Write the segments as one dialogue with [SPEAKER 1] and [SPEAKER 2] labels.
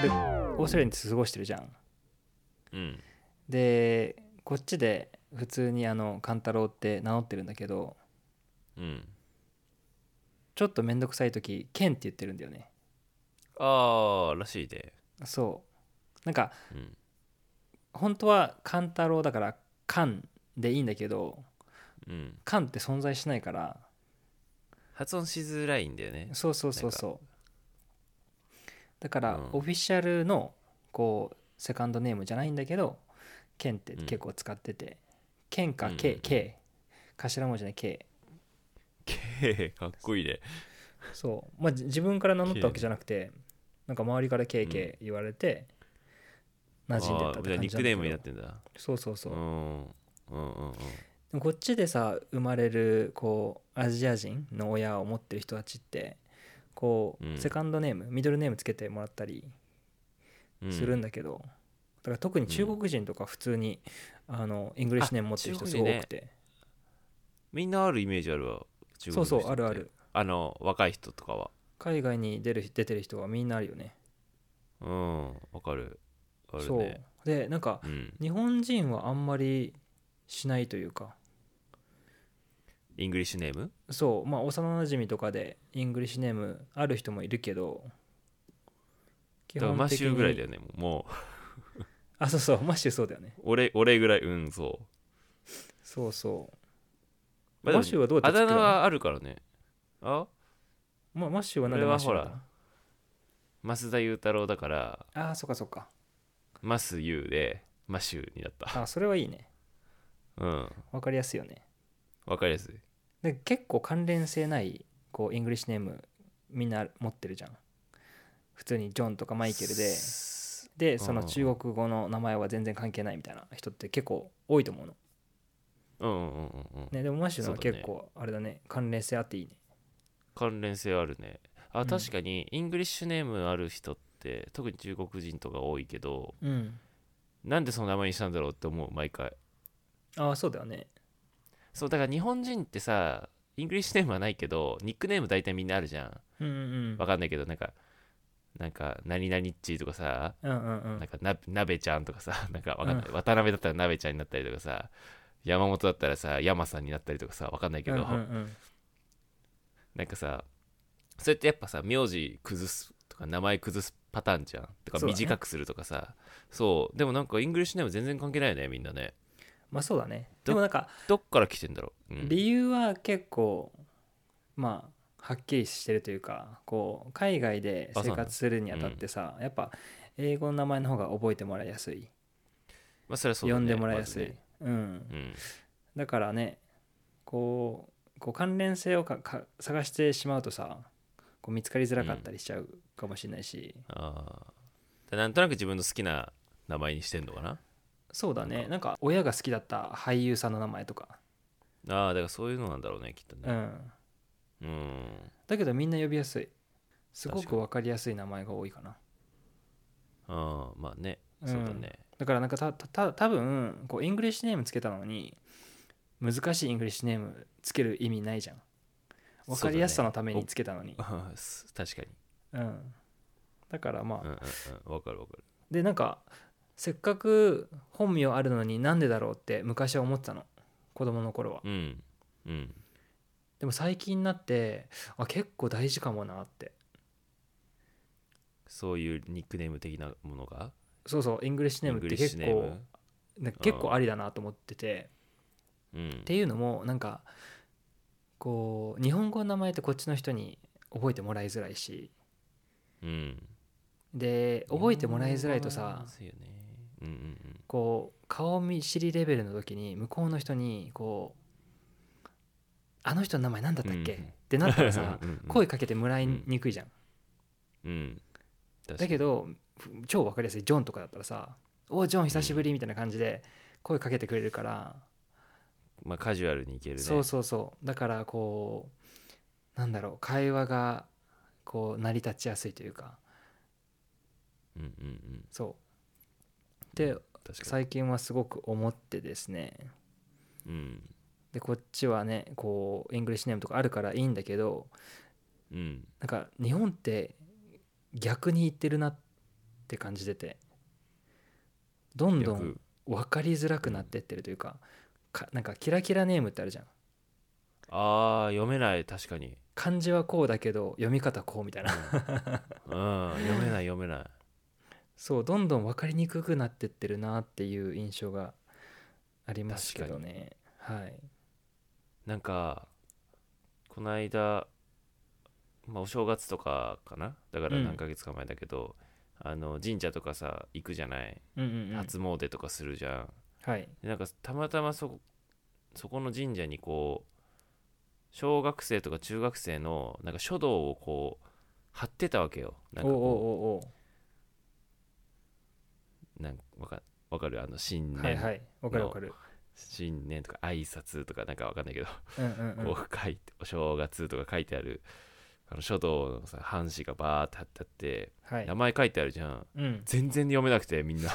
[SPEAKER 1] 俺オーストラリアに過ごしてるじゃん
[SPEAKER 2] うん
[SPEAKER 1] でこっちで普通にあの勘太郎って名乗ってるんだけど
[SPEAKER 2] うん
[SPEAKER 1] ちょっと面倒くさい時ケンって言ってるんだよね
[SPEAKER 2] ああらしいで
[SPEAKER 1] そうなんか
[SPEAKER 2] うん
[SPEAKER 1] 本当は勘太郎だからカンでいいんだけど
[SPEAKER 2] うん
[SPEAKER 1] カンって存在しないから
[SPEAKER 2] 発音しづらいんだよね
[SPEAKER 1] そうそうそうそうだから
[SPEAKER 2] うん
[SPEAKER 1] オフィシャルのこうセカンドネームじゃないんだけどケンって結構使っててケンか
[SPEAKER 2] うん
[SPEAKER 1] K K 頭文字の K
[SPEAKER 2] けかっこいいで
[SPEAKER 1] そうまあじ自分から名乗ったわ
[SPEAKER 2] K
[SPEAKER 1] けじゃなくてなんか周りから KK 言われて馴染んでった
[SPEAKER 2] あ
[SPEAKER 1] って
[SPEAKER 2] ーじゃあ
[SPEAKER 1] 感
[SPEAKER 2] ニ
[SPEAKER 1] じな
[SPEAKER 2] ック
[SPEAKER 1] んだ
[SPEAKER 2] ネ
[SPEAKER 1] け
[SPEAKER 2] ームになっ
[SPEAKER 1] ど
[SPEAKER 2] てんだ
[SPEAKER 1] そうそうそううん
[SPEAKER 2] うんうんうん
[SPEAKER 1] でもこっちでさ生まれるこうアジア人の親を持ってる人たちってこう、
[SPEAKER 2] うん
[SPEAKER 1] セカンドネームミドルネームつけてもらったり
[SPEAKER 2] うん
[SPEAKER 1] するんだけど、だから特に中国人とか普通に、あのイングリッシュネーム持ってる人すごく多くて、
[SPEAKER 2] みんなあるイメージあるわ中
[SPEAKER 1] そう
[SPEAKER 2] 国
[SPEAKER 1] そ
[SPEAKER 2] の人って
[SPEAKER 1] うあるある
[SPEAKER 2] あの若い人とかは
[SPEAKER 1] 海外に出る出てる人はみんなあるよね
[SPEAKER 2] うんわかるある
[SPEAKER 1] そう
[SPEAKER 2] ね
[SPEAKER 1] でなんか
[SPEAKER 2] うん
[SPEAKER 1] 日本人はあんまりしないというか
[SPEAKER 2] イングリッシュネーム
[SPEAKER 1] そうまあ幼馴染とかでイングリッシュネームある人もいるけど基
[SPEAKER 2] だからマシューぐらいだよねもう
[SPEAKER 1] あそうそうマッシュそうだよね
[SPEAKER 2] 俺俺ぐらいうんそう
[SPEAKER 1] そうそう
[SPEAKER 2] まあでも
[SPEAKER 1] マシューはどうや
[SPEAKER 2] あ
[SPEAKER 1] って
[SPEAKER 2] だ
[SPEAKER 1] 作
[SPEAKER 2] 名
[SPEAKER 1] るの
[SPEAKER 2] はあるからねあ
[SPEAKER 1] まあ、マッシュは何でマッシュなんだ
[SPEAKER 2] 俺は増田雄太郎だから
[SPEAKER 1] ああそっかそっか
[SPEAKER 2] マスユーでマシューになった
[SPEAKER 1] あーそれはいいね
[SPEAKER 2] うん
[SPEAKER 1] わかりやすいよね
[SPEAKER 2] わかりやすい
[SPEAKER 1] で結構関連性ないこうイングリッシュネームみんな持ってるじゃん普通にジョンとかマイケルですでその
[SPEAKER 2] うん
[SPEAKER 1] 中国語の名前は全然関係ないみたいな人って結構多いと思うの、
[SPEAKER 2] うんうんうんうんうん
[SPEAKER 1] ね、でもマッシュのは
[SPEAKER 2] そうだね
[SPEAKER 1] 結構あれだね関連性あっていいね
[SPEAKER 2] 関連性あるね
[SPEAKER 1] う
[SPEAKER 2] あ
[SPEAKER 1] ん
[SPEAKER 2] 確かにイングリッシュネームある人って特に中国人とか多いけど
[SPEAKER 1] うん
[SPEAKER 2] なんでその名前にしたんだろうって思う毎回
[SPEAKER 1] ああそうだよね
[SPEAKER 2] そうだから日本人ってさイングリッシュネームはないけどニックネーム大体みんなあるじゃん
[SPEAKER 1] うんうんうん
[SPEAKER 2] わかんないけどなんかなんか何々っちとかさ
[SPEAKER 1] うんうんう
[SPEAKER 2] なん
[SPEAKER 1] ん
[SPEAKER 2] かな鍋ちゃんとかさ なんかわかんない、渡辺だったら鍋ちゃんになったりとかさ山本だったらさ山さんになったりとかさわかんないけど、
[SPEAKER 1] うんうん
[SPEAKER 2] なんかさそれってやっぱさ名字崩すとか名前崩すパターンじゃんとか
[SPEAKER 1] そうだね
[SPEAKER 2] 短くするとかさそう,、でもなんかイングリッシュネーム全然関係ないよねみんなね
[SPEAKER 1] まあそうだね
[SPEAKER 2] ど
[SPEAKER 1] でもなんか
[SPEAKER 2] どっから来てんだろう、うん
[SPEAKER 1] 理由は結構まあはっきりしてるというかこう海外で生活するにあたってさ、やっぱ英語の名前の方が覚えてもらいやすい、
[SPEAKER 2] まあそれはそうだ
[SPEAKER 1] 呼
[SPEAKER 2] ね
[SPEAKER 1] んでもらいやすい、
[SPEAKER 2] まずね
[SPEAKER 1] うん、
[SPEAKER 2] うん
[SPEAKER 1] だからねこうこう関連性をかか探してしまうとさこう見つかりづらかったりしちゃうかもしれないし、
[SPEAKER 2] あーでなんとなく自分の好きな名前にしてんのかな
[SPEAKER 1] そうだねなんか親が好きだった俳優さんの名前とか、
[SPEAKER 2] ああだからそういうのなんだろうねきっと
[SPEAKER 1] う
[SPEAKER 2] ね
[SPEAKER 1] ん、
[SPEAKER 2] うん
[SPEAKER 1] だけどみんな呼びやすいすご
[SPEAKER 2] 確
[SPEAKER 1] く
[SPEAKER 2] かに
[SPEAKER 1] 分かりやすい名前が多いかな
[SPEAKER 2] あーまあね
[SPEAKER 1] うん
[SPEAKER 2] そうだね、
[SPEAKER 1] だからなんかたたた多分こうイングリッシュネームつけたのに難しいイングリッシュネームつける意味ないじゃん分かりやすさのためにつけたのにう、
[SPEAKER 2] あーす確かに
[SPEAKER 1] ん、だからまあ、
[SPEAKER 2] うんうんうんわかるわかる
[SPEAKER 1] でなんかせっかく本名あるのになんでだろうって昔は思ってたの子供の頃は
[SPEAKER 2] うんうん
[SPEAKER 1] でも最近になってあ結構大事かもなって
[SPEAKER 2] そういうニックネーム的なものが
[SPEAKER 1] そうそうイングリッシュネームって結
[SPEAKER 2] イングリッシュ
[SPEAKER 1] 構なんか結構ありだなと思ってて
[SPEAKER 2] ネームうん
[SPEAKER 1] っていうのもなんかこう日本語の名前ってこっちの人に覚えてもらいづらいし
[SPEAKER 2] うん、
[SPEAKER 1] で覚えてもらいづらいと
[SPEAKER 2] 日本語は
[SPEAKER 1] さ
[SPEAKER 2] まずいよねうんうん
[SPEAKER 1] こう顔見知りレベルの時に向こうの人にこう「あの人の名前なんだったっけ?」
[SPEAKER 2] うんうん
[SPEAKER 1] ってなったらさ
[SPEAKER 2] うんうんうん
[SPEAKER 1] 声かけてもらいにくいじゃん。
[SPEAKER 2] うん、うん、
[SPEAKER 1] だけ
[SPEAKER 2] ど
[SPEAKER 1] ど超分かりやすいジョンとかだったらさ「おうジョン久しぶり」みたいな感じで声かけてくれるから
[SPEAKER 2] まあカジュアルにいけるね
[SPEAKER 1] そうそうそうだからこうなんだろう会話がこう成り立ちやすいというか
[SPEAKER 2] うんうんうん
[SPEAKER 1] そうで
[SPEAKER 2] 確か
[SPEAKER 1] 最近はすごく思ってですね
[SPEAKER 2] にうん
[SPEAKER 1] でこっちはねこうイングリッシュネームとかあるからいいんだけど
[SPEAKER 2] うん
[SPEAKER 1] なんか日本って逆に言ってるなっって感じててどんど
[SPEAKER 2] よ
[SPEAKER 1] ん
[SPEAKER 2] く
[SPEAKER 1] 分かりづらくなってってるというかかなんかキラキラネームってあるじゃん
[SPEAKER 2] ああ読めない確かに、
[SPEAKER 1] 漢字はこうだけど読み方こうみたいな
[SPEAKER 2] うん、読めない読めない
[SPEAKER 1] そうどんどん分かりにくくなってってるなっていう印象がありますけどねはい
[SPEAKER 2] なんかこの間、まあ、お正月とかかなだから
[SPEAKER 1] うん
[SPEAKER 2] 何ヶ月か前だけど、あの神社とかさ行くじゃない
[SPEAKER 1] うんうん、うん、
[SPEAKER 2] 初詣とかするじゃん、
[SPEAKER 1] はい
[SPEAKER 2] でなんかたまたまそこそこの神社にこう小学生とか中学生のなんか書道をこう貼ってたわけよなん
[SPEAKER 1] お
[SPEAKER 2] か
[SPEAKER 1] う
[SPEAKER 2] こ
[SPEAKER 1] お
[SPEAKER 2] う
[SPEAKER 1] うおう
[SPEAKER 2] なんかわかわかるあの新
[SPEAKER 1] おう
[SPEAKER 2] 年、
[SPEAKER 1] はいはいわかるわかる
[SPEAKER 2] 新年とか挨拶とかなんかわかんないけど
[SPEAKER 1] うんうんうん
[SPEAKER 2] こう書いてお正月とか書いてあるあの書道のさ半紙がバーって貼ってあって
[SPEAKER 1] はい
[SPEAKER 2] 名前書いてあるじゃん
[SPEAKER 1] うん
[SPEAKER 2] 全然読めなくて みんな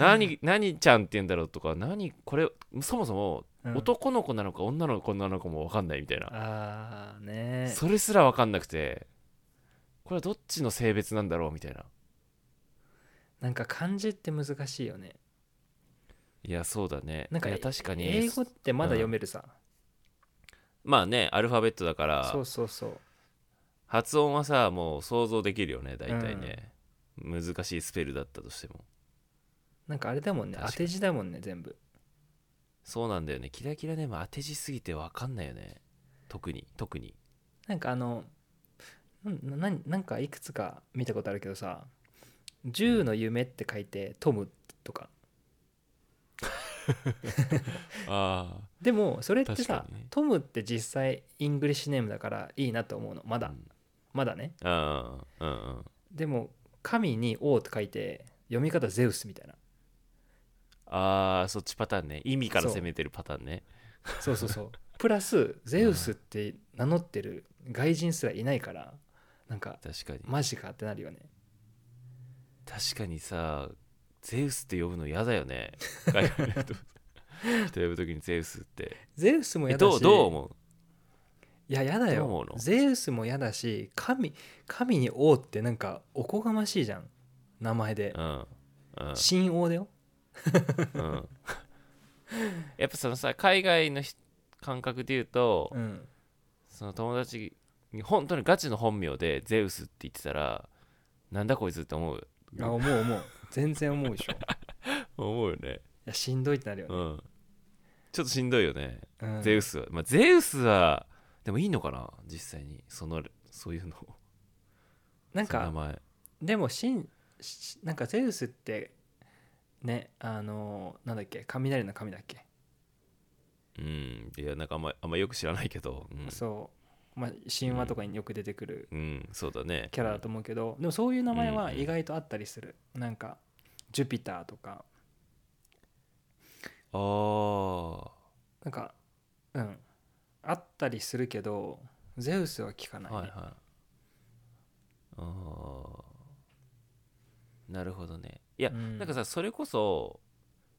[SPEAKER 2] 何何ちゃんって言うんだろうとか何これそもそも
[SPEAKER 1] うん
[SPEAKER 2] 男の子なのか女の子なのかも分かんないみたいな、
[SPEAKER 1] ああね
[SPEAKER 2] それすら分かんなくてこれはどっちの性別なんだろうみたいな
[SPEAKER 1] なんか漢字って難しいよね
[SPEAKER 2] いやそうだね
[SPEAKER 1] なんか
[SPEAKER 2] いや確かに
[SPEAKER 1] 英語ってまだ読めるさ、
[SPEAKER 2] まあねアルファベットだから
[SPEAKER 1] そうそうそう
[SPEAKER 2] 発音はさもう想像できるよね大体ね、難しいスペルだったとしても
[SPEAKER 1] なんかあれだもんね
[SPEAKER 2] 確か
[SPEAKER 1] 当
[SPEAKER 2] に
[SPEAKER 1] て字だもんね全部
[SPEAKER 2] そうなんだよねキラキラネーム当て字すぎて分かんないよね特に特に
[SPEAKER 1] なんかあのなななんかいくつか見たことあるけどさ「銃の夢」って書いて「トム」とか
[SPEAKER 2] ああ
[SPEAKER 1] でもそれってさ
[SPEAKER 2] 確、かにね
[SPEAKER 1] トムって実際イングリッシュネームだからいいなと思うのまだ、
[SPEAKER 2] うん
[SPEAKER 1] まだね
[SPEAKER 2] ああうんうん
[SPEAKER 1] でも神に「王」って書いて読み方ゼウスみたいな
[SPEAKER 2] ああそっちパターンね意味から攻めてるパターンね
[SPEAKER 1] そうそう そうプラスゼウスって名乗ってる外人すらいないからなんか
[SPEAKER 2] 確かに
[SPEAKER 1] マジかってなるよね
[SPEAKER 2] 確かにさゼウスって呼ぶの嫌だよね海外の人人呼ぶ時にゼウスって
[SPEAKER 1] ゼウスも
[SPEAKER 2] え
[SPEAKER 1] やだ
[SPEAKER 2] どう
[SPEAKER 1] し
[SPEAKER 2] どう思う
[SPEAKER 1] いややだ
[SPEAKER 2] どう思
[SPEAKER 1] よ
[SPEAKER 2] うの
[SPEAKER 1] ゼウスもやだし神神に王ってなんかおこがましいじゃん名前で
[SPEAKER 2] うんうん
[SPEAKER 1] 神王だよ
[SPEAKER 2] うん、やっぱそのさ海外のひ感覚で言うと、
[SPEAKER 1] うん
[SPEAKER 2] その友達に本当にガチの本名でゼウスって言ってたらなんだこいつって思う
[SPEAKER 1] あ思う思う全然思うでしょい
[SPEAKER 2] 思うよね
[SPEAKER 1] やしんどいってなるよ
[SPEAKER 2] う
[SPEAKER 1] ね、
[SPEAKER 2] んちょっとしんどいよね、
[SPEAKER 1] うん、
[SPEAKER 2] ゼウスはまあゼウスはでもいいのかな実際にそのそういうの
[SPEAKER 1] なん
[SPEAKER 2] その名
[SPEAKER 1] か
[SPEAKER 2] 前
[SPEAKER 1] でもしんしなんかゼウスってねあのなんだっけ雷の神だっけ、
[SPEAKER 2] うんいやなんかあんまあんまよく知らないけどうん
[SPEAKER 1] そう、まあ、神話とかによく出てくる
[SPEAKER 2] うん、そうだね
[SPEAKER 1] キャラだと思うけど、でもそういう名前は
[SPEAKER 2] うん
[SPEAKER 1] 意外とあったりする、なんかジュピターとか
[SPEAKER 2] あー
[SPEAKER 1] なんかうんあったりするけどゼウスは聞かないね、
[SPEAKER 2] はいはいあーなるほどねいや、
[SPEAKER 1] うん
[SPEAKER 2] なんかさそれこそ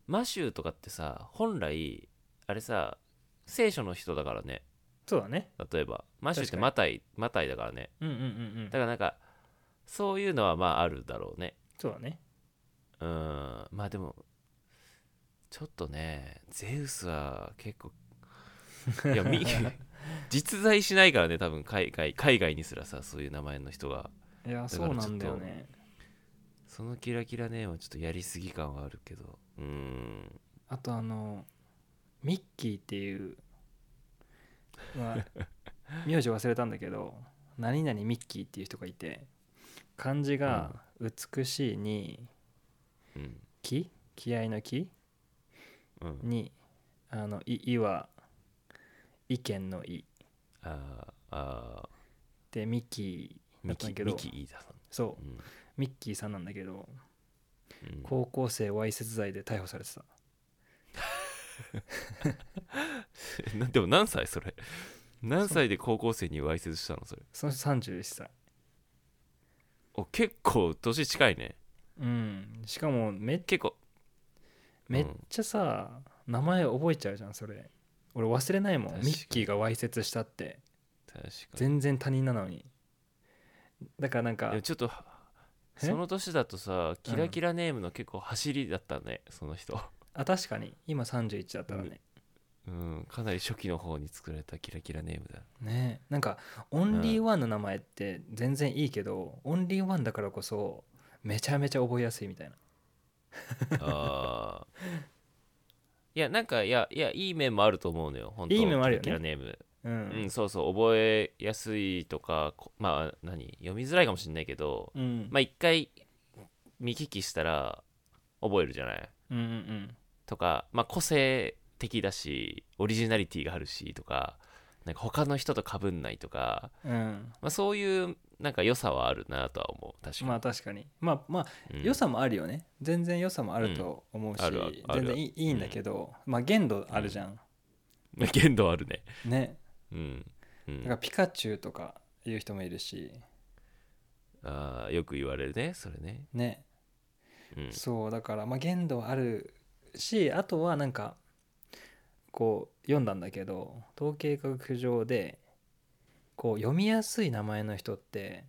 [SPEAKER 2] マシューとかってさ本来あれさ聖書の人だからね
[SPEAKER 1] そうだね
[SPEAKER 2] 例えばマシュー
[SPEAKER 1] 確
[SPEAKER 2] って
[SPEAKER 1] かに
[SPEAKER 2] マタイマタイだからね
[SPEAKER 1] うんうんうんうん
[SPEAKER 2] だからなんかそういうのはまああるだろうね
[SPEAKER 1] そうだね
[SPEAKER 2] うんまあでもちょっとねゼウスは結構い やみ実在しないからね多分海外海外にすらさそういう名前の人が
[SPEAKER 1] いや
[SPEAKER 2] だか
[SPEAKER 1] そ
[SPEAKER 2] ら
[SPEAKER 1] うなんだよね
[SPEAKER 2] そのキラキラネームはちょっとやりすぎ感はあるけどうーん
[SPEAKER 1] あとあのミッキーっていう、まあ、名字忘れたんだけど何々ミッキーっていう人がいて漢字が「美しい」に
[SPEAKER 2] うん
[SPEAKER 1] 「気」気合の「気」
[SPEAKER 2] うん
[SPEAKER 1] に「あのい」いは意見の「い
[SPEAKER 2] あーあ」
[SPEAKER 1] でミッキー
[SPEAKER 2] ー
[SPEAKER 1] だ
[SPEAKER 2] ミ
[SPEAKER 1] ったんだ
[SPEAKER 2] キ
[SPEAKER 1] けど
[SPEAKER 2] ミキいいだ
[SPEAKER 1] そう
[SPEAKER 2] うん
[SPEAKER 1] ミッキーさんなんだけど
[SPEAKER 2] うん
[SPEAKER 1] 高校生わいせつ罪で逮捕されてた
[SPEAKER 2] なでも何歳それ何歳で高校生にわいせつしたのそれ
[SPEAKER 1] その人31歳
[SPEAKER 2] お結構年近いね
[SPEAKER 1] うんしかもめ
[SPEAKER 2] 結構
[SPEAKER 1] めっちゃさ、名前覚えちゃうじゃんそれ俺忘れないもん
[SPEAKER 2] 確かに
[SPEAKER 1] ミッキーがわいせつしたって
[SPEAKER 2] 確かに
[SPEAKER 1] 全然他人なのにだからなんか
[SPEAKER 2] でもちょっと
[SPEAKER 1] え
[SPEAKER 2] その年だとさキラキラネームの結構走りだったね、その人
[SPEAKER 1] あ確かに今31だったらね、
[SPEAKER 2] うんかなり初期の方に作られたキラキラネームだ
[SPEAKER 1] ねえなんかオンリーワンの名前って全然いいけど、オンリーワンだからこそめちゃめちゃ覚えやすいみたいな
[SPEAKER 2] あーいやなんかいやいやいい面もあると思うのよ本当
[SPEAKER 1] いい面もあるよね
[SPEAKER 2] キラキラネーム
[SPEAKER 1] うん、
[SPEAKER 2] うん、そうそう覚えやすいとかこまあ何読みづらいかもしれないけど、
[SPEAKER 1] うん
[SPEAKER 2] まあ一回見聞きしたら覚えるじゃない
[SPEAKER 1] うんうんうん
[SPEAKER 2] とか、まあ、個性的だしオリジナリティがあるしとかなんか他の人と被んないとか、
[SPEAKER 1] うん、
[SPEAKER 2] まあ、そういうなんか良さはあるなとは思う確かに、
[SPEAKER 1] まあ確かにまあまあ、
[SPEAKER 2] うん
[SPEAKER 1] 良さもあるよね全然良さもあると思うし、
[SPEAKER 2] うんあるあるある
[SPEAKER 1] 全然いいいいんだけど、まあ限度あるじゃん、
[SPEAKER 2] まあ 限度あるね
[SPEAKER 1] ね
[SPEAKER 2] うん、う
[SPEAKER 1] だから
[SPEAKER 2] ん、
[SPEAKER 1] ピカチュウとかいう人もいるし
[SPEAKER 2] あーよく言われるねそれね、
[SPEAKER 1] ね、
[SPEAKER 2] うん、
[SPEAKER 1] そうだからまあ限度はあるしあとはなんかこう読んだんだけど統計学上でこう読みやすい名前の人って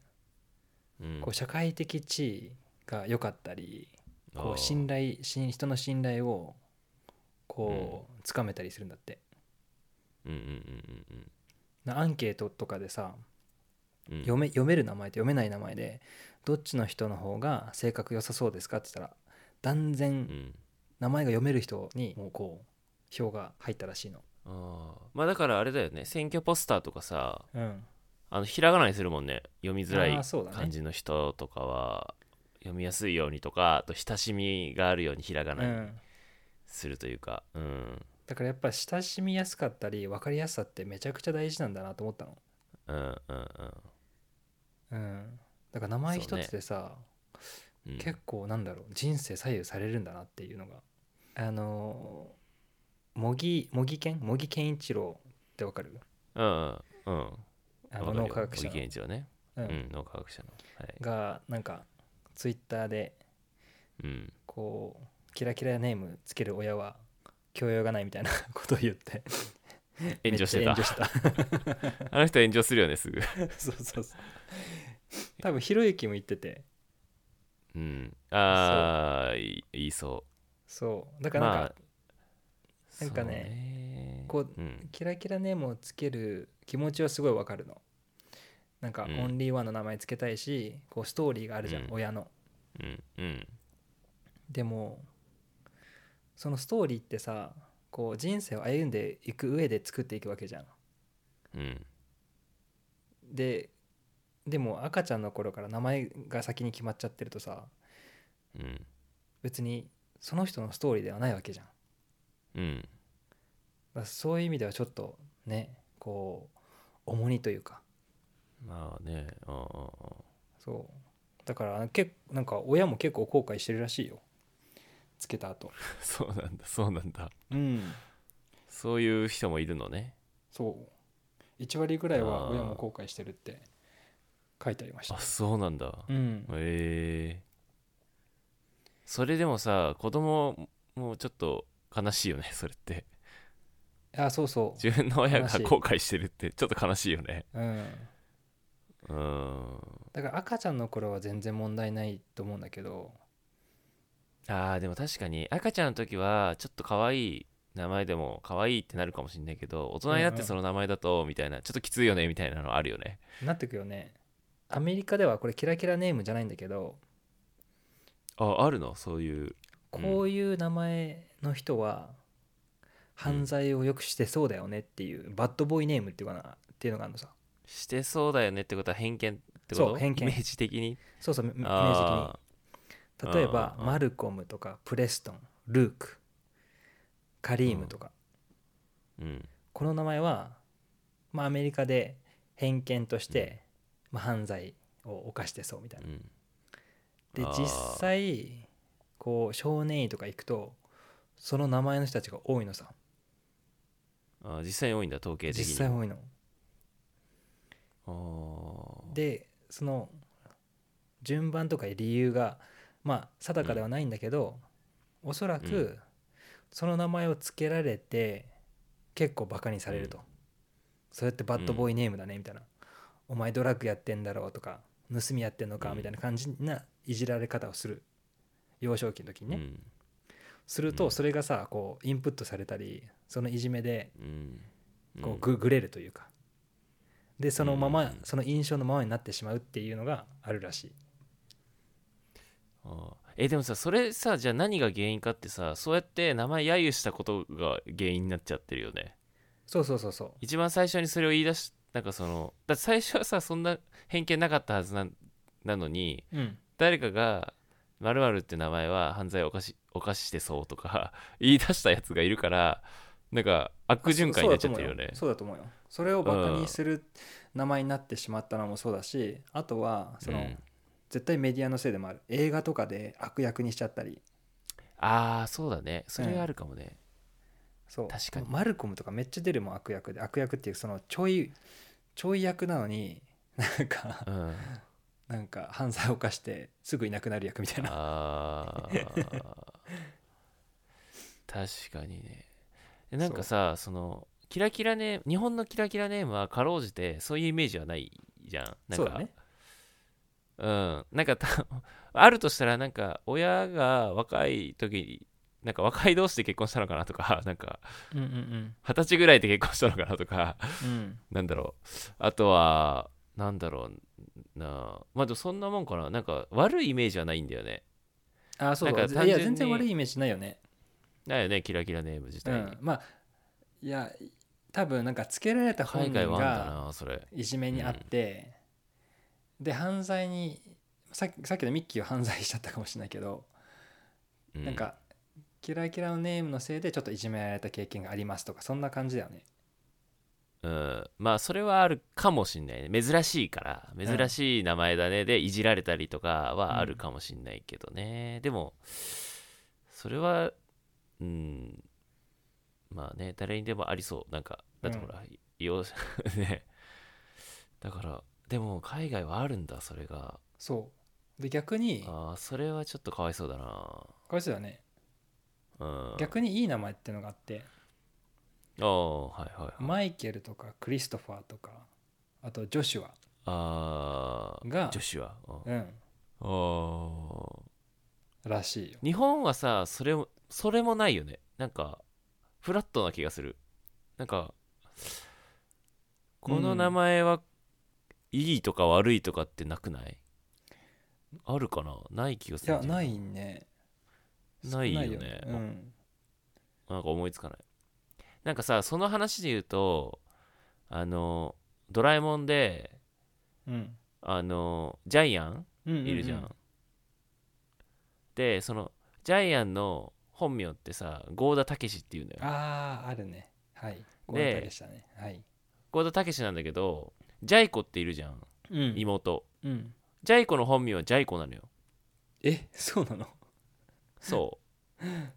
[SPEAKER 2] うん
[SPEAKER 1] こう社会的地位が良かったりこ
[SPEAKER 2] あー
[SPEAKER 1] う信頼信人の信頼をこうつかめたりするんだって。
[SPEAKER 2] うんうんうんうん
[SPEAKER 1] なアンケートとかでさ
[SPEAKER 2] うんうん
[SPEAKER 1] 読め読める名前と読めない名前でどっちの人の方が性格良さそうですかって言ったら断
[SPEAKER 2] う
[SPEAKER 1] 然
[SPEAKER 2] ん
[SPEAKER 1] 名前が読める人にもうこう票が入ったらしいの。
[SPEAKER 2] あーまあだからあれだよね選挙ポスターとかさ
[SPEAKER 1] うん、
[SPEAKER 2] あのひらがなにするもんね読みづら
[SPEAKER 1] あ
[SPEAKER 2] い
[SPEAKER 1] ーそうだね
[SPEAKER 2] 感じの人とかは読みやすいようにとかあと親しみがあるようにひらが
[SPEAKER 1] う
[SPEAKER 2] なに
[SPEAKER 1] ん、
[SPEAKER 2] するというかうん、
[SPEAKER 1] だからやっぱ親しみやすかったり分かりやすさってめちゃくちゃ大事なんだなと思ったの。
[SPEAKER 2] うん、うんうん
[SPEAKER 1] うん、だから名前一つでさ、
[SPEAKER 2] うん
[SPEAKER 1] 結構なんだろう人生左右されるんだなっていうのが。あのー茂木茂木健茂木健一郎ってわかる
[SPEAKER 2] うんうんうんわ
[SPEAKER 1] あ
[SPEAKER 2] か
[SPEAKER 1] の
[SPEAKER 2] るよ
[SPEAKER 1] 脳科学者
[SPEAKER 2] 小
[SPEAKER 1] の
[SPEAKER 2] 池健一郎ね
[SPEAKER 1] う
[SPEAKER 2] うんん脳科学者のはい
[SPEAKER 1] がなんかツイッターで
[SPEAKER 2] うん
[SPEAKER 1] こうキラキラネームつける親は教養がないみたいなことを言って
[SPEAKER 2] 炎上して
[SPEAKER 1] めっちゃ炎
[SPEAKER 2] た
[SPEAKER 1] 上した
[SPEAKER 2] あの人炎上するよねすぐ
[SPEAKER 1] そうそうそう多分ひろゆきも言ってて
[SPEAKER 2] うんああい言いそ
[SPEAKER 1] そうだ
[SPEAKER 2] う
[SPEAKER 1] からなんか、
[SPEAKER 2] まあ
[SPEAKER 1] なんかね
[SPEAKER 2] ね
[SPEAKER 1] こう
[SPEAKER 2] うん
[SPEAKER 1] キラキラネームをつける気持ちはすごいわかるのなんか、
[SPEAKER 2] うん
[SPEAKER 1] オンリーワンの名前つけたいしこうストーリーがあるじゃん、
[SPEAKER 2] うん
[SPEAKER 1] 親の
[SPEAKER 2] うんうん
[SPEAKER 1] でもそのストーリーってさこう人生を歩んでいく上で作っていくわけじゃん
[SPEAKER 2] うん
[SPEAKER 1] ででも赤ちゃんの頃から名前が先に決まっちゃってるとさ
[SPEAKER 2] うん
[SPEAKER 1] 別にその人のストーリーではないわけじゃんだ
[SPEAKER 2] うん
[SPEAKER 1] からそういう意味ではちょっとねこう重荷というか
[SPEAKER 2] まあねあーあーあー
[SPEAKER 1] そうだからけなんか親も結構後悔してるらしいよつけた後
[SPEAKER 2] そうなんだそうなんだ
[SPEAKER 1] うん
[SPEAKER 2] そういう人もいるのね
[SPEAKER 1] そう1割ぐらいは
[SPEAKER 2] あー
[SPEAKER 1] 親も後悔してるって書いてありました
[SPEAKER 2] あそうなんだ
[SPEAKER 1] うん
[SPEAKER 2] へえそれでもさ子供もうちょっと悲しいよねそれって
[SPEAKER 1] あそうそ
[SPEAKER 2] 自分の親が
[SPEAKER 1] 悲しい
[SPEAKER 2] 後悔してるってちょっと悲しいよね
[SPEAKER 1] ううん
[SPEAKER 2] うーん
[SPEAKER 1] だから赤ちゃんの頃は全然問題ないと思うんだけど
[SPEAKER 2] あーでも確かに赤ちゃんの時はちょっと可愛い名前でも可愛いってなるかもしんないけど大人になっ
[SPEAKER 1] うんう
[SPEAKER 2] て
[SPEAKER 1] ん
[SPEAKER 2] その名前だとみたいなちょっときついよねみたいなのあるよね
[SPEAKER 1] なってくよねアメリカではこれキラキラネームじゃないんだけど
[SPEAKER 2] ああるのそういう
[SPEAKER 1] こういう名前の人は犯罪をよくしてそうだよねっていう、バッドボーイネームっていうかなっていうのがあるのさ
[SPEAKER 2] してそうだよねってことは偏見ってこと
[SPEAKER 1] そう偏見
[SPEAKER 2] イメージ的に
[SPEAKER 1] そうそうめイメージ的に
[SPEAKER 2] あー
[SPEAKER 1] 例えば
[SPEAKER 2] うんうんうん
[SPEAKER 1] マルコムとかプレストンルークカリームとか、
[SPEAKER 2] ーうん
[SPEAKER 1] この名前は、まあ、アメリカで偏見として、まあ、犯罪を犯してそうみたいな。
[SPEAKER 2] うん
[SPEAKER 1] で
[SPEAKER 2] あー
[SPEAKER 1] 実際こう少年院とか行くとその名前の人たちが多いのさ
[SPEAKER 2] あ実際に多いんだ統計的に
[SPEAKER 1] 実際多いの。
[SPEAKER 2] あー
[SPEAKER 1] でその順番とか理由がまあ定かではないんだけど、おそら
[SPEAKER 2] う
[SPEAKER 1] くその名前を付けられて結構バカにされると、そうやってバッドボーイネームだねみたいな、お前ドラッグやってんだろうとか盗みやってんのか
[SPEAKER 2] うん
[SPEAKER 1] みたいな感じないじられ方をする幼少期の時にね、
[SPEAKER 2] うん
[SPEAKER 1] する
[SPEAKER 2] う
[SPEAKER 1] と
[SPEAKER 2] ん
[SPEAKER 1] それがさこうインプットされたりそのいじめで
[SPEAKER 2] うん
[SPEAKER 1] こう
[SPEAKER 2] うん
[SPEAKER 1] ググレるというかでそのま
[SPEAKER 2] うん
[SPEAKER 1] ま
[SPEAKER 2] うん
[SPEAKER 1] その印象のままになってしまうっていうのがあるらしい
[SPEAKER 2] あーえでもさそれさじゃあ何が原因かってさそうやって名前揶揄したことが原因になっちゃってるよね
[SPEAKER 1] そうそうそうそう
[SPEAKER 2] 一番最初にそれを言い出しなんかそのだって最初はさそんな偏見なかったはずなんなのに
[SPEAKER 1] うん
[SPEAKER 2] 誰かが「まるって名前は犯罪を犯し犯してそうとか 言い出したやつがいるからなんか悪循環になっちゃってるよね
[SPEAKER 1] そうだと思うよそうだと思うよそれをバカにする名前になってしまったのもそうだしあとはその、
[SPEAKER 2] うん
[SPEAKER 1] 絶対メディアのせいでもある映画とかで悪役にしちゃったり
[SPEAKER 2] ああそうだねそれがあるかもね、
[SPEAKER 1] そう
[SPEAKER 2] 確かに
[SPEAKER 1] マルコムとかめっちゃ出るもん悪役で悪役っていうそのちょいちょい役なのになん か
[SPEAKER 2] うん
[SPEAKER 1] なんか犯罪を犯してすぐいなくなる役みたいな
[SPEAKER 2] あ ー確かにねでなんかさそのキラキラネーム日本のキラキラネームはかろうじてそういうイメージはないじゃんなんか
[SPEAKER 1] そうだね
[SPEAKER 2] うんなんかたあるとしたらなんか親が若い時になんか若い同士で結婚したのかなとか なんか
[SPEAKER 1] うんうん
[SPEAKER 2] 二十歳ぐらいで結婚したのかなとか
[SPEAKER 1] うんうん
[SPEAKER 2] なんだろうあとはなんだろうなまあでもそんなもんかななんか悪いイメージはないんだよね
[SPEAKER 1] あーそう
[SPEAKER 2] な
[SPEAKER 1] だ
[SPEAKER 2] んか単
[SPEAKER 1] いや
[SPEAKER 2] 純
[SPEAKER 1] 全然
[SPEAKER 2] に
[SPEAKER 1] 悪いイメージないよね
[SPEAKER 2] だよねキラキラネーム自
[SPEAKER 1] う
[SPEAKER 2] 体に
[SPEAKER 1] んまあいや多分なんかつけられた本
[SPEAKER 2] 海
[SPEAKER 1] 人
[SPEAKER 2] 外はあん
[SPEAKER 1] が
[SPEAKER 2] だなそれ
[SPEAKER 1] いじめにあって、で犯罪にさっきさっきのミッキーは犯罪しちゃったかもしれないけど、
[SPEAKER 2] う
[SPEAKER 1] なんかキラキラのネームのせいでちょっといじめられた経験がありますとかそんな感じだよね
[SPEAKER 2] うんまあそれはあるかもしんないね珍しいから
[SPEAKER 1] ん
[SPEAKER 2] 珍しい名前だねでいじられたりとかはあるかもしんないけどね、でもそれはうんまあね誰にでもありそうなんかだってほら、よ ねだからでも海外はあるんだそれが
[SPEAKER 1] そうで逆にか
[SPEAKER 2] あーそれはちょっとかわいそうだ
[SPEAKER 1] わいそうだよね
[SPEAKER 2] なうん
[SPEAKER 1] 逆にいい名前っていうのがあって
[SPEAKER 2] ああはいはいはい
[SPEAKER 1] マイケルとかクリストファーとかあとジョシュア
[SPEAKER 2] ああ
[SPEAKER 1] が
[SPEAKER 2] 女子はうん
[SPEAKER 1] うん
[SPEAKER 2] あー
[SPEAKER 1] らしいよ
[SPEAKER 2] 日本はさそれもそれもないよねなんかフラットな気がするなんかこの名前はいいとか悪いとかってなくない、あるかなない気がす
[SPEAKER 1] い
[SPEAKER 2] る
[SPEAKER 1] やないいね
[SPEAKER 2] ないよね
[SPEAKER 1] 少うん
[SPEAKER 2] なんか思いつかないなんかさその話で言うとあのドラえもんで
[SPEAKER 1] うん
[SPEAKER 2] あのジャイアン
[SPEAKER 1] うんうんうん
[SPEAKER 2] いるじゃん、でそのジャイアンの本名ってさ郷田武っていうんだよ
[SPEAKER 1] あああるねはいこう
[SPEAKER 2] で
[SPEAKER 1] いうでしたねはい
[SPEAKER 2] 郷田武なんだけどジャイ子っているじゃん
[SPEAKER 1] うん
[SPEAKER 2] 妹、
[SPEAKER 1] うん
[SPEAKER 2] ジャイ子の本名はジャイ子なのよ
[SPEAKER 1] えそうなの
[SPEAKER 2] そ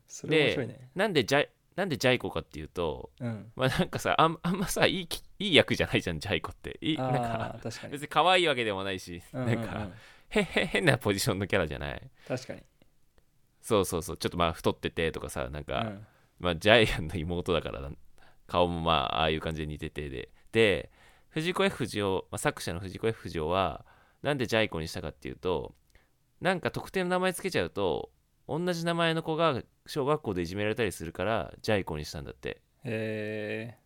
[SPEAKER 1] それ面白いね
[SPEAKER 2] うなんでジャイなんでジャイ子かっていうと
[SPEAKER 1] うん
[SPEAKER 2] まあなんかさあんあんまさいいきいい役じゃないじゃんジャイ子っていなん
[SPEAKER 1] あ
[SPEAKER 2] か
[SPEAKER 1] ー確かに
[SPEAKER 2] 別に可愛いわけでもないし、
[SPEAKER 1] うん
[SPEAKER 2] な
[SPEAKER 1] うんんう
[SPEAKER 2] か
[SPEAKER 1] ん
[SPEAKER 2] へへ変なポジションのキャラじゃない
[SPEAKER 1] 確かに
[SPEAKER 2] そうそうそうちょっとまあ太っててとかさなん
[SPEAKER 1] う
[SPEAKER 2] か、
[SPEAKER 1] ん
[SPEAKER 2] まあ、ジャイアンの妹だからな顔もまあああいう感じで似ててでで藤子 F 不二雄、まあ、作者の藤子 F 不二雄はなんでジャイ子にしたかっていうとなんか特定の名前つけちゃうと同じ名前の子が小学校でいじめられたりするからジャイ子にしたんだって
[SPEAKER 1] へ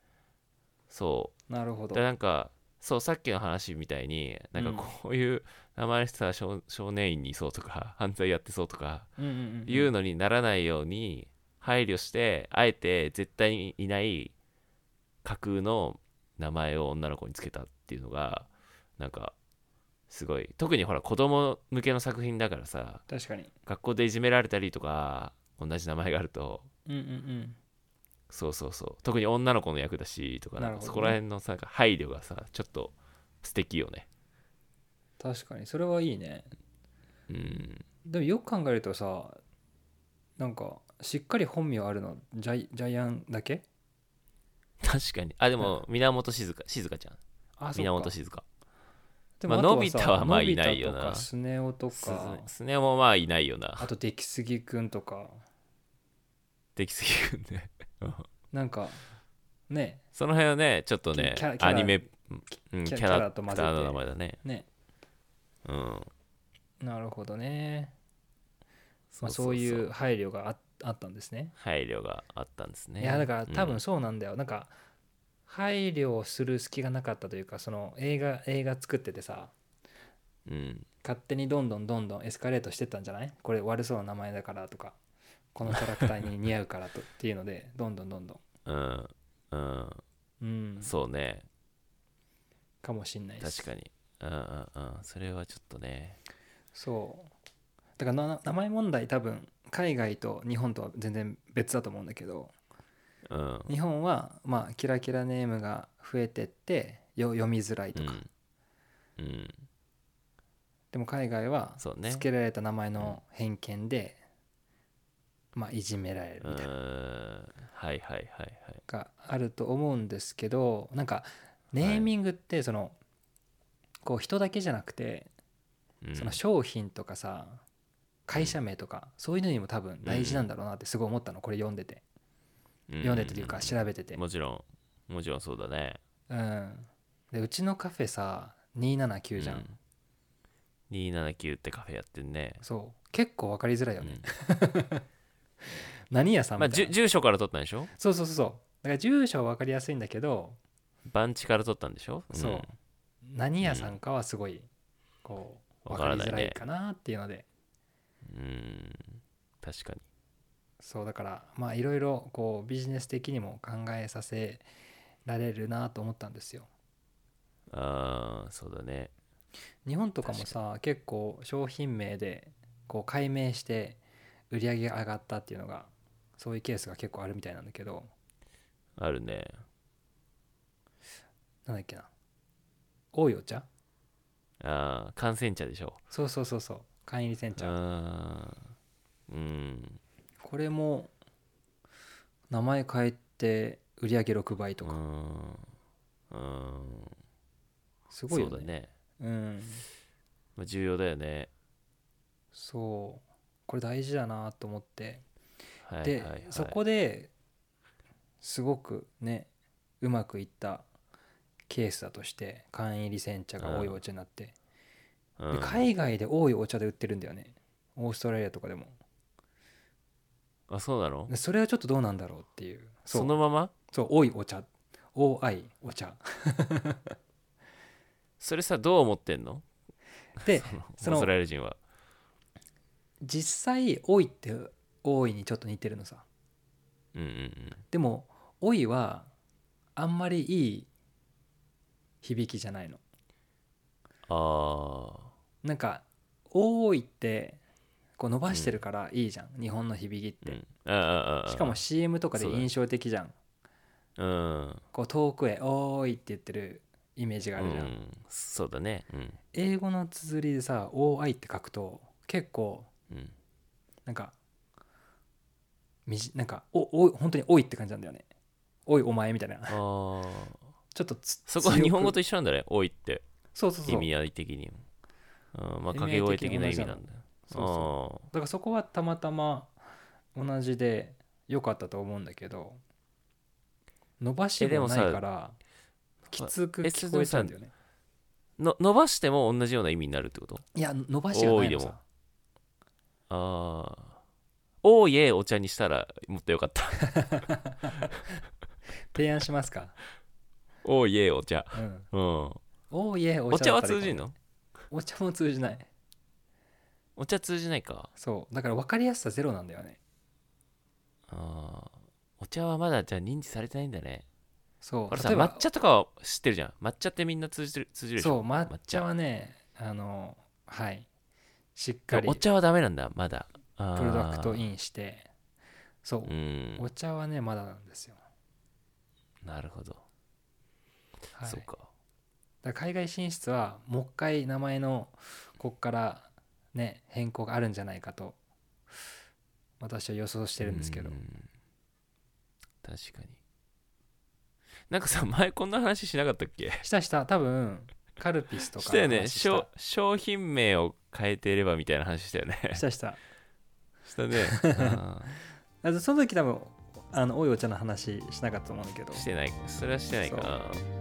[SPEAKER 2] そ
[SPEAKER 1] ーなるほ
[SPEAKER 2] う
[SPEAKER 1] ど
[SPEAKER 2] だからなんかそうさっきの話みたいになんかこういう名前の人は少少年院にいそうとか犯罪やってそうとか
[SPEAKER 1] うんうんうん
[SPEAKER 2] いうのにならないように配慮してあえて絶対にいない架空の名前を女の子につけたっていうのがなんかすごい特にほら子供向けの作品だからさ
[SPEAKER 1] 確かに
[SPEAKER 2] 学校でいじめられたりとか同じ名前があると
[SPEAKER 1] うんうん
[SPEAKER 2] そうそうそう特に女の子の役だしとかなん
[SPEAKER 1] なるほどね
[SPEAKER 2] かそこら辺のさなんか配慮がさちょっと素敵よね
[SPEAKER 1] うん確かにそれはいいね
[SPEAKER 2] うん
[SPEAKER 1] でもよく考えるとさなんかしっかり本名あるのジャイジャイアンだけ
[SPEAKER 2] 確かにあでも源静香静香ちゃん
[SPEAKER 1] あそっ
[SPEAKER 2] 源
[SPEAKER 1] か
[SPEAKER 2] 静香
[SPEAKER 1] で
[SPEAKER 2] まあ
[SPEAKER 1] とさ
[SPEAKER 2] のび太はまあいないよ
[SPEAKER 1] の
[SPEAKER 2] な
[SPEAKER 1] び太とかスネ夫と
[SPEAKER 2] すず
[SPEAKER 1] か
[SPEAKER 2] スネ夫もまあいないよな
[SPEAKER 1] あと出来すぎくんとか
[SPEAKER 2] で きすぎるね
[SPEAKER 1] なんかね
[SPEAKER 2] その辺はねちょっとね
[SPEAKER 1] キャキャラ
[SPEAKER 2] アニメうんキ
[SPEAKER 1] キャ
[SPEAKER 2] ャラ
[SPEAKER 1] キャラ
[SPEAKER 2] ク
[SPEAKER 1] と
[SPEAKER 2] タ
[SPEAKER 1] 混ぜて
[SPEAKER 2] ーの名前だね
[SPEAKER 1] ね
[SPEAKER 2] うん
[SPEAKER 1] なるほどね
[SPEAKER 2] そ
[SPEAKER 1] まあ、そういう配慮がああったんですね
[SPEAKER 2] 配慮があったんですね
[SPEAKER 1] いやだから多
[SPEAKER 2] うん
[SPEAKER 1] 分そうなんだよ、なんか配慮をする隙がなかったというかその映画映画作っててさ
[SPEAKER 2] うん
[SPEAKER 1] 勝手にどんどんどんどんエスカレートしてったんじゃないこれ悪そうな名前だからとかこのキャラクターに似合うからとっていうのでどんどんどんど
[SPEAKER 2] うん、うん
[SPEAKER 1] ん、うん、
[SPEAKER 2] そうね
[SPEAKER 1] かもしんないです
[SPEAKER 2] 確かにうんうんうんそれはちょっとね
[SPEAKER 1] そうだからな名前問題多分海外と日本とは全然別だと思うんだけど
[SPEAKER 2] うん
[SPEAKER 1] 日本はまあキラキラネームが増えてってよ読みづらいとか、
[SPEAKER 2] うん、うん、
[SPEAKER 1] でも海外は
[SPEAKER 2] そうね
[SPEAKER 1] 付けられた名前の偏見で、まあいじめられる
[SPEAKER 2] う
[SPEAKER 1] みたいなの
[SPEAKER 2] んはいはいはいはい
[SPEAKER 1] があると思うんですけどなんかネーミングってその、こう人だけじゃなくて、
[SPEAKER 2] うん
[SPEAKER 1] その商品とかさ会社名とか、そういうのにも多分大事なんだろうなってすごい思ったのこれ読んでて、読んでてというか
[SPEAKER 2] ん
[SPEAKER 1] 調べてて、
[SPEAKER 2] もちろんもちろんそうだね
[SPEAKER 1] うん、でうちのカフェさ279じゃん、
[SPEAKER 2] うん279ってカフェやってんね
[SPEAKER 1] そう結構分かりづらいよ
[SPEAKER 2] う
[SPEAKER 1] ね、
[SPEAKER 2] ん
[SPEAKER 1] 何屋さん
[SPEAKER 2] まあ
[SPEAKER 1] みた
[SPEAKER 2] じ
[SPEAKER 1] い
[SPEAKER 2] ゅ
[SPEAKER 1] な、
[SPEAKER 2] 住所から取ったんでしょ
[SPEAKER 1] そうそうそうそうだから住所は分かりやすいんだけど
[SPEAKER 2] 番地から取ったんでしょ
[SPEAKER 1] そう、
[SPEAKER 2] ん
[SPEAKER 1] 何屋さんかはすごいこう
[SPEAKER 2] わ
[SPEAKER 1] 分
[SPEAKER 2] か
[SPEAKER 1] からり
[SPEAKER 2] ないね
[SPEAKER 1] づらいかなっていうので、
[SPEAKER 2] うん確かに
[SPEAKER 1] そうだからまあいろいろこうビジネス的にも考えさせられるなと思ったんですよ
[SPEAKER 2] ああそうだね
[SPEAKER 1] 日本とかもさ結構商品名でこう改名して売り上げが上がったっていうのがそういうケースが結構あるみたいなんだけど
[SPEAKER 2] あるね
[SPEAKER 1] なんだっけな多いお茶
[SPEAKER 2] ああ感染者でしょ
[SPEAKER 1] そうそうそうそう会員入り煎茶
[SPEAKER 2] あーうん
[SPEAKER 1] これも名前変えて売り上げ6倍と
[SPEAKER 2] う
[SPEAKER 1] か
[SPEAKER 2] んうん
[SPEAKER 1] すごいよ
[SPEAKER 2] そうだ
[SPEAKER 1] ね
[SPEAKER 2] ね、
[SPEAKER 1] うん
[SPEAKER 2] まあ、重要だよね
[SPEAKER 1] そうこれ大事だなと思って
[SPEAKER 2] はい
[SPEAKER 1] で、
[SPEAKER 2] はいはい、
[SPEAKER 1] そこですごくねうまくいったケースだとして缶入り煎茶が多いお茶になって、
[SPEAKER 2] うん、
[SPEAKER 1] で海外で多いお茶で売ってるんだよねオーストラリアとかでも
[SPEAKER 2] あそうなの
[SPEAKER 1] でそれはちょっとどうなんだろうっていう
[SPEAKER 2] そ
[SPEAKER 1] そう
[SPEAKER 2] のまま
[SPEAKER 1] そう多いお茶 OI お茶
[SPEAKER 2] それさどう思ってんの
[SPEAKER 1] で
[SPEAKER 2] そ
[SPEAKER 1] そ
[SPEAKER 2] のオースト
[SPEAKER 1] の
[SPEAKER 2] ラリア人は
[SPEAKER 1] 実際多いって多いにちょっと似てるのさ
[SPEAKER 2] うんうんうん
[SPEAKER 1] でも多いはあんまりいい響きじゃないの
[SPEAKER 2] あ
[SPEAKER 1] なんか「多い」ってこう伸ばしてるからいいじゃん、日本の響きっ
[SPEAKER 2] ー、う
[SPEAKER 1] て、
[SPEAKER 2] ん、ああああ
[SPEAKER 1] しかも CM とかで
[SPEAKER 2] そうだね
[SPEAKER 1] 印象的じゃん
[SPEAKER 2] うん
[SPEAKER 1] こう遠くへ「多い」って言ってるイメージがあ
[SPEAKER 2] う
[SPEAKER 1] るじゃん、
[SPEAKER 2] ん、そうだねうん
[SPEAKER 1] 英語の綴りでさ「多い」って書くと結構
[SPEAKER 2] うん
[SPEAKER 1] なんかみじなんかおおい本当に「多い」って感じなんだよね「おいお前」みたいな
[SPEAKER 2] あー
[SPEAKER 1] ちょっとつ
[SPEAKER 2] そこは
[SPEAKER 1] 強く
[SPEAKER 2] 日本語と一緒なんだね多いって
[SPEAKER 1] そうそうそう
[SPEAKER 2] 意味合い的にもうんまあ掛け声的な意味なんだ
[SPEAKER 1] そうそう
[SPEAKER 2] あー
[SPEAKER 1] だからそこはたまたま同じで良かったと思うんだけど伸ばし
[SPEAKER 2] えで
[SPEAKER 1] も
[SPEAKER 2] も
[SPEAKER 1] な
[SPEAKER 2] さ
[SPEAKER 1] いからきつく聞こえちゃうんだよね
[SPEAKER 2] の伸ばしても同じような意味になるってこと
[SPEAKER 1] いや伸ばしがないの
[SPEAKER 2] 多いでも
[SPEAKER 1] さ
[SPEAKER 2] ああおーいえお茶にしたらもっとよかった
[SPEAKER 1] 提案しますか、
[SPEAKER 2] おーいえお茶
[SPEAKER 1] うん、
[SPEAKER 2] うんお
[SPEAKER 1] おいえお
[SPEAKER 2] 茶
[SPEAKER 1] 茶だ
[SPEAKER 2] は
[SPEAKER 1] ったらい
[SPEAKER 2] 通
[SPEAKER 1] いかも
[SPEAKER 2] じんの
[SPEAKER 1] お茶も通じない
[SPEAKER 2] お茶通じないか
[SPEAKER 1] そうだから分かりやすさゼロなんだよね
[SPEAKER 2] あーお茶はまだじゃあ認知されてないんだね
[SPEAKER 1] そ
[SPEAKER 2] あ
[SPEAKER 1] う
[SPEAKER 2] れさ
[SPEAKER 1] 例えば
[SPEAKER 2] 抹茶とかは知ってるじゃん抹茶ってみんな通じてる通じるでしょ
[SPEAKER 1] そう抹
[SPEAKER 2] 抹茶
[SPEAKER 1] 茶はねあのはいしっ
[SPEAKER 2] で
[SPEAKER 1] か
[SPEAKER 2] も
[SPEAKER 1] り
[SPEAKER 2] お
[SPEAKER 1] プ
[SPEAKER 2] 茶はダメなんだまだプ
[SPEAKER 1] ロダクトインしてそう
[SPEAKER 2] う、ん
[SPEAKER 1] お茶はねまだなんですよ、
[SPEAKER 2] なるほど、
[SPEAKER 1] はい、
[SPEAKER 2] そうか
[SPEAKER 1] だから海外進出はもう一回名前のこっからね変更があるんじゃないかと私は予想してるんですけど
[SPEAKER 2] う確かになんかさ前こんな話しなかったっけ
[SPEAKER 1] したした多分カルピスとか
[SPEAKER 2] したよね
[SPEAKER 1] 話
[SPEAKER 2] しょ商品名を変えていればみたいな話したよね
[SPEAKER 1] したした
[SPEAKER 2] した ねあ
[SPEAKER 1] あとその時多分あのおいお茶の話しなかったと思うんだけど
[SPEAKER 2] ーしてないそれはしてないかな